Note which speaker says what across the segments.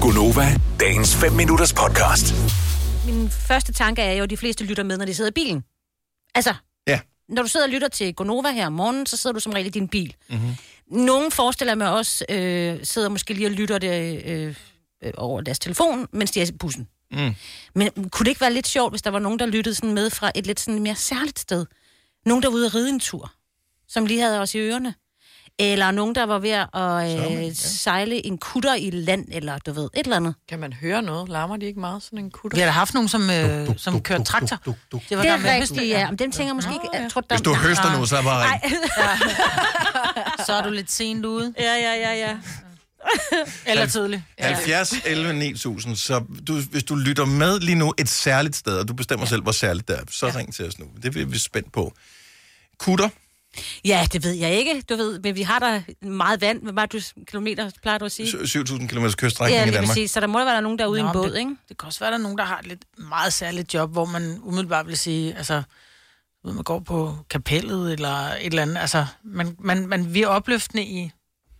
Speaker 1: Gunova, dagens 5 minutters podcast.
Speaker 2: Min første tanke er jo, at de fleste lytter med, når de sidder i bilen. Altså,
Speaker 3: Ja.
Speaker 2: når du sidder og lytter til Gonova her om morgenen, så sidder du som regel i din bil.
Speaker 3: Mhm.
Speaker 2: Mm-hmm. Nogle forestiller mig også, øh, sidder måske lige og lytter det øh, øh, over deres telefon, mens de er i bussen.
Speaker 3: Mm.
Speaker 2: Men kunne det ikke være lidt sjovt, hvis der var nogen, der lyttede sådan med fra et lidt sådan mere særligt sted? Nogen, der var ude at ride en tur, som lige havde os i ørerne. Eller nogen, der var ved at øh,
Speaker 3: Sørme, ja.
Speaker 2: sejle en kutter i land, eller du ved, et eller andet.
Speaker 4: Kan man høre noget? Larmer de ikke meget, sådan en kutter?
Speaker 5: Vi har da haft nogen, som, øh, som
Speaker 3: duk,
Speaker 5: kørte
Speaker 3: duk,
Speaker 5: traktor.
Speaker 3: duk, duk, duk.
Speaker 5: Det var
Speaker 2: Det
Speaker 5: der
Speaker 2: er
Speaker 5: med høsten.
Speaker 2: rigtigt, ja. Men dem tænker jeg måske ikke, jeg tror, der...
Speaker 3: Hvis du høster nu, så er bare...
Speaker 5: Så er du lidt sent ude.
Speaker 2: Ja, ja, ja, ja.
Speaker 5: Eller tidligt.
Speaker 3: 70, 11, 9000. Så du, hvis du lytter med lige nu et særligt sted, og du bestemmer ja. selv, hvor særligt det er, så ja. ring til os nu. Det er vi spændt på. Kutter?
Speaker 2: Ja, det ved jeg ikke, du ved, men vi har der meget vand. Hvor meget du, kilometer plejer du at sige?
Speaker 3: Sy- 7000 km kyststrækning
Speaker 2: Ja,
Speaker 3: ja, i
Speaker 2: lige
Speaker 3: Danmark.
Speaker 2: præcis. Så der må da være nogen, der er ude i en
Speaker 5: Nå, men
Speaker 2: båd, ikke?
Speaker 5: Det, det kan også være, der er nogen, der har et lidt meget særligt job, hvor man umiddelbart vil sige, altså, ved, man går på kapellet eller et eller andet. Altså, man, man, man vi er opløftende i,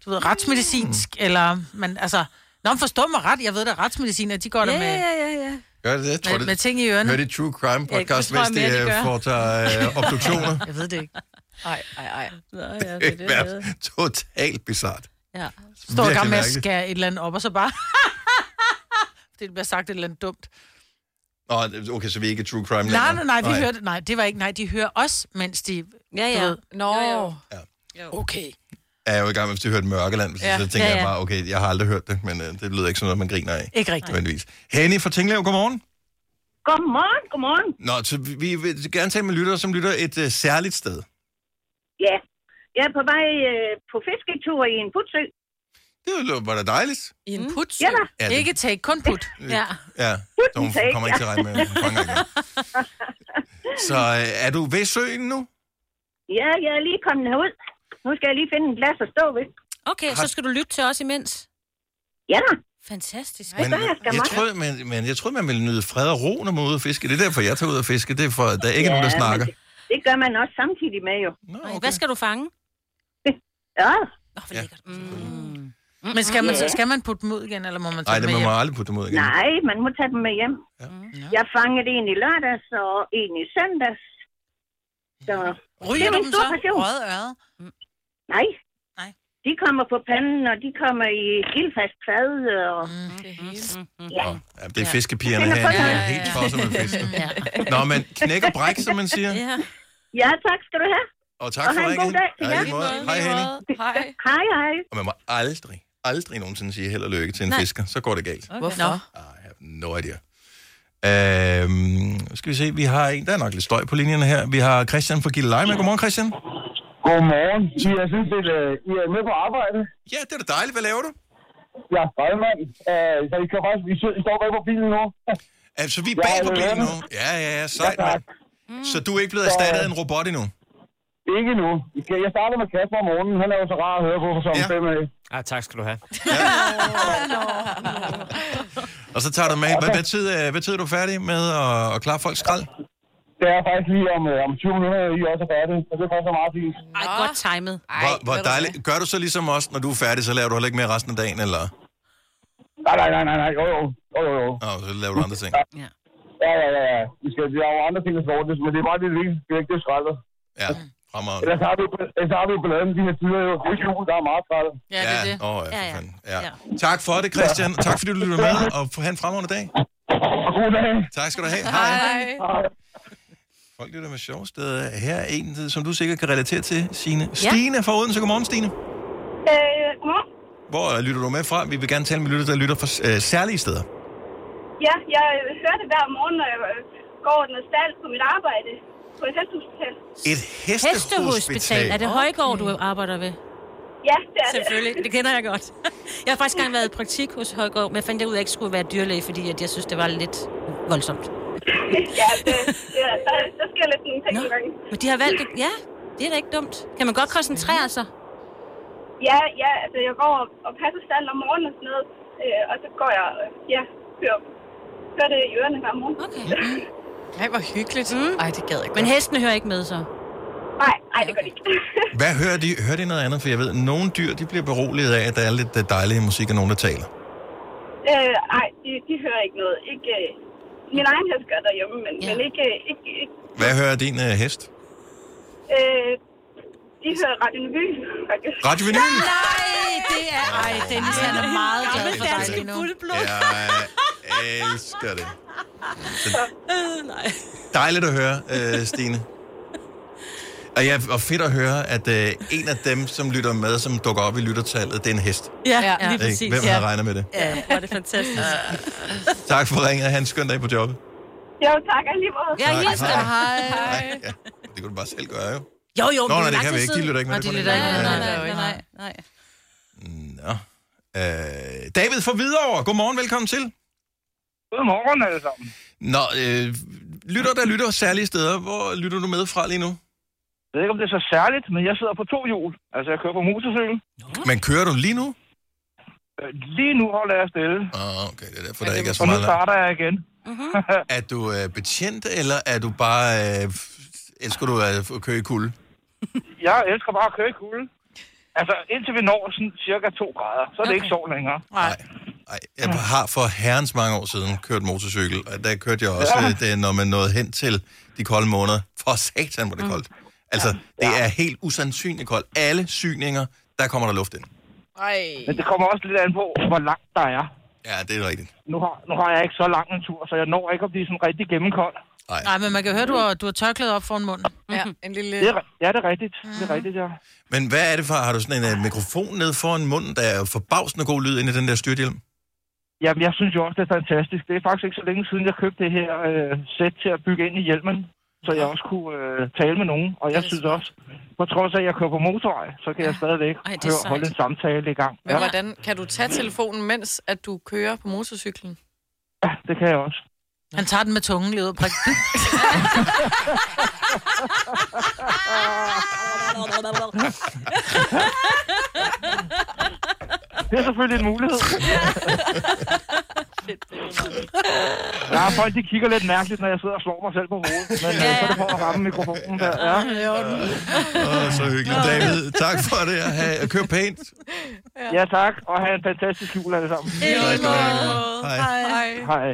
Speaker 5: du ved, retsmedicinsk, mm. eller man, altså, Nå, men forstå mig ret, jeg ved da, retsmediciner, de går der
Speaker 2: Ja,
Speaker 5: med,
Speaker 2: ja, ja, ja.
Speaker 3: Gør det det? Jeg Tror
Speaker 5: med, med,
Speaker 3: det,
Speaker 5: ting i
Speaker 3: hører
Speaker 5: ørerne.
Speaker 3: det True Crime
Speaker 2: det
Speaker 3: podcast,
Speaker 2: tror jeg
Speaker 3: hvis de
Speaker 2: mere, de
Speaker 3: øh,
Speaker 2: gør.
Speaker 3: foretager øh, obduktioner?
Speaker 5: Jeg ved det ikke.
Speaker 4: Ej, ej, ej.
Speaker 2: Nå, ja, det, er
Speaker 3: det
Speaker 2: det,
Speaker 3: er totalt bizart.
Speaker 2: ja.
Speaker 5: Står der
Speaker 3: Virkelig
Speaker 5: gang med at
Speaker 3: mærkeligt.
Speaker 5: skære et eller andet op, og så bare... Fordi det bliver sagt et eller andet dumt.
Speaker 3: Nå, okay, så vi er ikke True Crime
Speaker 5: Nej, nej,
Speaker 3: længere.
Speaker 5: nej, de hørte, nej, det var ikke, nej, de hører os, mens de,
Speaker 2: Ja,
Speaker 5: du
Speaker 2: ja.
Speaker 5: ved,
Speaker 4: Nå,
Speaker 2: Jo,
Speaker 4: jo,
Speaker 2: jo.
Speaker 4: jo.
Speaker 5: okay.
Speaker 3: Jeg er jo i gang med, hvis de hørte Mørkeland, ja.
Speaker 4: Ja.
Speaker 3: så tænker
Speaker 2: Ja,
Speaker 3: ja, ja. jeg
Speaker 2: ja.
Speaker 3: bare, okay, jeg har aldrig hørt det, men øh, det lyder ikke sådan noget, man griner af.
Speaker 5: Ikke rigtigt.
Speaker 3: Nødvendigvis. Henny fra Tinglev, godmorgen.
Speaker 6: Godmorgen, godmorgen.
Speaker 3: Nå, så vi vi vil gerne tale med lyttere, som lytter et øh, særligt sted.
Speaker 6: Ja, jeg er på vej øh, på fisketur i en putsø.
Speaker 3: Det lyder- var da dejligt.
Speaker 4: I en putsø?
Speaker 6: Ja da,
Speaker 3: Ja, det,
Speaker 5: Ikke take, kun put.
Speaker 4: Mm.
Speaker 2: Ja.
Speaker 3: ja. Så hun
Speaker 6: Take,
Speaker 3: kommer ikke til at regne med, at hun fanger igen. Så øh, er du ved søen nu?
Speaker 6: ja, jeg er lige kommet herud. Nu skal jeg lige finde en glas at stå ved.
Speaker 2: Okay, så skal du lytte til os imens.
Speaker 6: Ja da,
Speaker 2: Fantastisk.
Speaker 3: Men,
Speaker 6: der er jeg skal
Speaker 3: jeg
Speaker 6: meget.
Speaker 3: troede, men, men jeg troede, man ville nyde fred og ro, når man er ude at fiske. Det er derfor, jeg tager ud og fiske. Det er for, der er ikke ja, nogen, der
Speaker 6: men
Speaker 3: snakker.
Speaker 6: Det, det gør man også samtidig med jo.
Speaker 3: Nå,
Speaker 2: Okay. Hvad skal du fange? Nå,
Speaker 6: Ja,
Speaker 2: hvor
Speaker 3: Ja.
Speaker 2: lækkert. Mm.
Speaker 5: Men skal man, så, skal man putte dem ud igen, eller må man tage
Speaker 3: Nej,
Speaker 5: dem
Speaker 3: det
Speaker 5: med
Speaker 3: må man
Speaker 5: hjem?
Speaker 3: aldrig putte dem ud igen.
Speaker 6: nej, man må tage dem med hjem.
Speaker 3: Ja.
Speaker 6: Jeg fangede en i lørdags og en i søndags. Så
Speaker 5: Ryger
Speaker 6: Det
Speaker 5: du
Speaker 6: er
Speaker 5: dem
Speaker 6: min
Speaker 5: så?
Speaker 6: store passion.
Speaker 5: Røde øret.
Speaker 6: nej,
Speaker 5: Nej.
Speaker 6: de kommer på panden, og de kommer i ildfast fad. Og...
Speaker 4: Det hele.
Speaker 6: Ja.
Speaker 3: Nå, ja, det er fiskepigerne
Speaker 6: Ja.
Speaker 3: her, de er
Speaker 6: Ja,
Speaker 3: helt tosset med fisk.
Speaker 2: Ja.
Speaker 3: Nå, men knæk og bræk, som man siger.
Speaker 2: ja.
Speaker 6: ja, tak skal du have.
Speaker 3: Og tak
Speaker 6: Og
Speaker 3: for
Speaker 6: have en
Speaker 3: ringen.
Speaker 6: god dag til
Speaker 3: Ja,
Speaker 6: jer.
Speaker 3: i lige måde. Hej, Henning.
Speaker 4: Hej.
Speaker 6: Hej, hej.
Speaker 3: Og man må aldrig, aldrig nogensinde sige held og lykke til en
Speaker 2: Nej.
Speaker 3: fisker. Så går det galt.
Speaker 4: Hvorfor?
Speaker 3: I have no idea. Øhm, skal vi se, vi har en, der er nok lidt støj på linjen her. Vi har Christian fra Gilleleje. Godmorgen, Christian.
Speaker 7: Godmorgen. I er sådan set øh, I er med på arbejde.
Speaker 3: Ja, det er da dejligt. Hvad laver du?
Speaker 7: Jeg er brevmand, øh, så I, kan faktisk, I, sidder- I står bag på bilen nu.
Speaker 3: Altså, vi er bag
Speaker 7: Ja,
Speaker 3: på
Speaker 7: det er
Speaker 3: bilen nu.
Speaker 7: det.
Speaker 3: Ja, ja, ja, sejt,
Speaker 7: Ja,
Speaker 3: mand.
Speaker 7: tak.
Speaker 3: Så du er ikke blevet erstattet af en robot endnu?
Speaker 7: Ikke nu. Jeg starter med Kasper om morgenen. Han er jo så rar at høre på for som
Speaker 3: Ja.
Speaker 7: fem af.
Speaker 8: Ah, tak skal du have.
Speaker 3: Og så tager du med. Hvad, hvad, tid, er- hvad tid er du færdig med at, at klare folks skrald?
Speaker 7: Det er faktisk lige om, øh, om 20 minutter, I også er færdige. Så det er faktisk meget fint.
Speaker 2: Ej,
Speaker 4: Nå.
Speaker 2: godt timet.
Speaker 4: Ej,
Speaker 3: Hvor, hvor
Speaker 4: ved du
Speaker 3: dejligt. Gør du så ligesom os, når du er færdig, så laver du heller ikke mere resten af dagen, eller?
Speaker 7: Nej, nej, nej, nej, nej. Jo, jo. Jo, jo, jo.
Speaker 3: Nå, så laver du andre ting.
Speaker 2: Ja.
Speaker 7: Ja, ja, ja. ja. Vi skal, vi har jo andre ting, der skal ordnes, men det er bare det vigtigste. Det er ikke det skraldet.
Speaker 3: Ja, fremragende.
Speaker 7: Ellers har vi, ellers har vi jo balladen de her tider jo. Det er ikke jul, der er meget skraldet.
Speaker 5: Ja, det er det.
Speaker 3: Åh, ja,
Speaker 2: Ja,
Speaker 3: for
Speaker 2: ja.
Speaker 3: fanden. Ja.
Speaker 2: Ja.
Speaker 3: Tak for det, Christian. Tak fordi du lyttede med, og have en fremragende dag.
Speaker 7: Og god dag.
Speaker 3: Tak skal du have.
Speaker 4: hvad?
Speaker 3: Hej.
Speaker 4: Hej.
Speaker 3: Folk lytter med sjove steder. Her er en, som du sikkert kan relatere til, Signe. Stine fra Odense. Godmorgen, Stine.
Speaker 6: Øh, godmorgen.
Speaker 3: Hvor øh, lytter du med fra? Vi vil gerne tale med lytter, der lytter fra øh, særlige steder.
Speaker 6: Ja, jeg øh, hører det hver morgen, når jeg øh, går den stald på mit arbejde på et hestehospital.
Speaker 3: Et
Speaker 2: Hestehospital. Er
Speaker 3: hestehospital.
Speaker 2: det Højgaard, du arbejder ved?
Speaker 6: Ja, det er det.
Speaker 2: Selvfølgelig, det kender jeg godt. Jeg har faktisk engang været i praktik hos Højgaard, men jeg fandt ud af, at jeg ikke skulle være dyrlæge, fordi at jeg synes, det var lidt voldsomt.
Speaker 6: Ja, det, det er, der, der sker lidt nogle ting nogle gange.
Speaker 2: Men de har valgt det. Ja, det er da ikke dumt. Kan man godt koncentrere sig?
Speaker 6: Ja, ja, altså jeg går og, og passer stald om morgenen og sådan noget, øh, og så går jeg, øh, ja, hører, hører det i ørerne hver morgen.
Speaker 2: Okay.
Speaker 4: Ej, hvor hyggeligt.
Speaker 2: Mm.
Speaker 4: Ej, det gad jeg
Speaker 2: Men
Speaker 4: godt.
Speaker 2: hestene hører ikke med så.
Speaker 6: Nej, nej, det gør det ikke.
Speaker 3: Hvad hører de? Hører de noget andet? For jeg ved, nogle dyr de bliver beroliget af, at der er lidt øh, dejlig musik og nogen, der taler.
Speaker 6: Øh, nej, de, de hører ikke noget. Ikke, øh, min egen hest gør derhjemme, men,
Speaker 2: Ja.
Speaker 6: ja. men ikke, øh, ikke, ikke
Speaker 3: Hvad hører din øh, hest?
Speaker 6: øh, de hører Radio Vy, faktisk.
Speaker 3: Radio Vinyl?
Speaker 2: Nej, det er... Ej, Dennis, han er meget glad for dig
Speaker 3: danske
Speaker 2: lige nu.
Speaker 3: Jeg elsker det. Så dejligt at høre, øh, Stine. Og, ja, og fedt at høre, at øh, en af dem, som lytter med, som dukker op i lyttertallet, det er en hest.
Speaker 8: Ja,
Speaker 4: Ja.
Speaker 8: lige
Speaker 3: Ikke?
Speaker 8: præcis.
Speaker 3: Hvem havde regnet med det?
Speaker 8: Ja, hvor er det fantastisk.
Speaker 3: Tak for ringet. Han skøn dag på jobbet.
Speaker 6: Jo, tak alligevel.
Speaker 2: Jeg hilser dig.
Speaker 3: Hej. Hej. Ja, det kunne du bare selv gøre, jo.
Speaker 2: Jo, jo,
Speaker 3: Nå,
Speaker 2: men
Speaker 3: nej, det
Speaker 2: lang
Speaker 3: kan vi
Speaker 2: tid
Speaker 3: ikke. De
Speaker 2: siden.
Speaker 3: lytter ikke med.
Speaker 5: Og
Speaker 3: Det
Speaker 5: de
Speaker 3: er kun
Speaker 5: lytter
Speaker 3: en-
Speaker 5: ikke
Speaker 8: Nej,
Speaker 5: med.
Speaker 8: nej, nej, nej, nej.
Speaker 3: Nå. Øh, David fra Hvidovre. Godmorgen, velkommen til.
Speaker 7: Godmorgen alle sammen.
Speaker 3: Nå, øh, lytter der lytter særlige steder. Hvor lytter du med fra lige nu?
Speaker 7: Jeg ved ikke, om det er så særligt, men jeg sidder på to hjul. Altså, jeg kører på motorcykel.
Speaker 3: Men kører du lige nu?
Speaker 7: Øh, Lige nu holder jeg stille,
Speaker 3: Ah, okay, det er derfor, der ikke er så
Speaker 7: og nu
Speaker 3: meget larm.
Speaker 7: starter jeg igen.
Speaker 3: Er du øh, betjent, eller er du bare... Øh, f- elsker du øh, at køre i kulde?
Speaker 7: Jeg elsker bare at køre i kulde. Altså, indtil vi når sådan cirka 2 grader, så er det ikke sjovt længere.
Speaker 3: Nej. Nej, jeg har for herrens mange år siden kørt motorcykel, og der kørte jeg også, ja. det, når man nåede hen til de kolde måneder. For satan, hvor det koldt. Altså, det er helt usandsynligt koldt. Alle syninger, der kommer der luft ind.
Speaker 4: Ej.
Speaker 7: Men det kommer også lidt an på, hvor langt der er.
Speaker 3: Ja, det er rigtigt.
Speaker 7: Nu har, nu har jeg ikke så lang en tur, så jeg når ikke at blive sådan rigtig gennemkold.
Speaker 5: Nej, men man kan høre, du har, du har tørklædet op foran munden.
Speaker 4: Ja, en lille...
Speaker 7: Det er, ri- ja, det er rigtigt. Det
Speaker 8: Ah.
Speaker 7: er rigtigt, ja.
Speaker 3: Men hvad er det for? Har du sådan en uh, mikrofon ned foran munden, der er forbavsende god lyd ind i den der styrthjelm?
Speaker 7: Jamen, jeg synes jo også, det er fantastisk. Det er faktisk ikke så længe siden, jeg købte det her øh, sæt til at bygge ind i hjelmen, så jeg også kunne øh, tale med nogen. Og jeg synes også, på trods af, at jeg kører på motorvej, så kan jeg stadigvæk
Speaker 8: Ej, det er
Speaker 7: høre,
Speaker 8: sejt.
Speaker 7: holde en samtale i gang.
Speaker 4: Men hvordan kan du tage telefonen, mens at du kører på motorcyklen?
Speaker 7: Ja, det kan jeg også.
Speaker 5: Han tager den med tungen lige ud. Prik.
Speaker 7: Det er selvfølgelig en mulighed. ja, folk de kigger lidt mærkeligt, når jeg sidder og slår mig selv på hovedet. Men ja, ja. så er det for at ramme mikrofonen der. Ja.
Speaker 3: Åh, oh, så hyggeligt, David. Tak for det. og Ha' kør pænt.
Speaker 7: ja, tak. Og have en fantastisk jul alle sammen.
Speaker 3: Hej, Hej.
Speaker 7: Hej.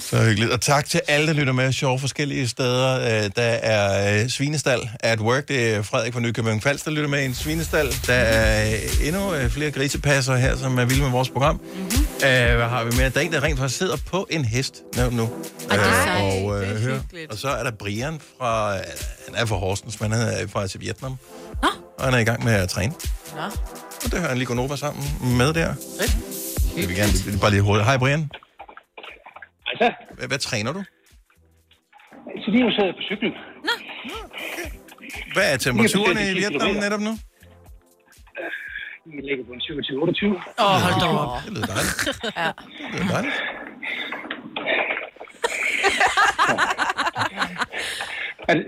Speaker 3: Så hyggeligt. Og tak til alle, der lytter med. Sjove forskellige steder. Øh, Der er øh, Svinestal at work. Det er Frederik fra Nykøbing Falster, der lytter med i en Svinestal. Der er øh, endnu øh, flere grisepasser her, som er vilde med vores program. Mm-hmm. Hvad har vi mere? Der er en, der rent faktisk sidder på en hest nu. nu.
Speaker 2: Ej, det er
Speaker 3: Øh,
Speaker 2: sejt.
Speaker 3: og,
Speaker 4: Det er
Speaker 3: øh, hører.
Speaker 4: hyggeligt.
Speaker 3: og så er der Brian fra... øh, Han er fra Horsens, men han er fra til Vietnam. Nå. Og han er i gang med at træne.
Speaker 4: Nå.
Speaker 3: Og det hører han lige Gonova sammen med der. Jeg vil gerne det er bare lige hurtigt. Hej Brian.
Speaker 9: Hej så.
Speaker 3: Hvad, hvad træner du?
Speaker 9: Så lige nu sad jeg på cyklen.
Speaker 3: Hvad er temperaturen i
Speaker 9: 10
Speaker 3: Vietnam
Speaker 9: kilometer.
Speaker 3: netop nu?
Speaker 9: Vi ligger på en 27-28.
Speaker 5: Åh, oh, hold da op.
Speaker 3: Det lyder dejligt. Det lyder dejligt.
Speaker 9: Er det-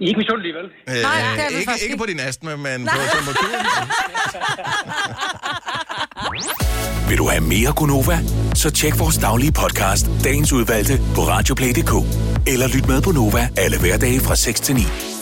Speaker 9: I er ikke misundelige, vel?
Speaker 3: Nej, øh, ikke, ikke på din astma, men på temperaturen.
Speaker 1: Vil du have mere Gunova? Så tjek vores daglige podcast, dagens udvalgte, på radioplay.dk. Eller lyt med på Nova alle hverdage fra 6 til 9.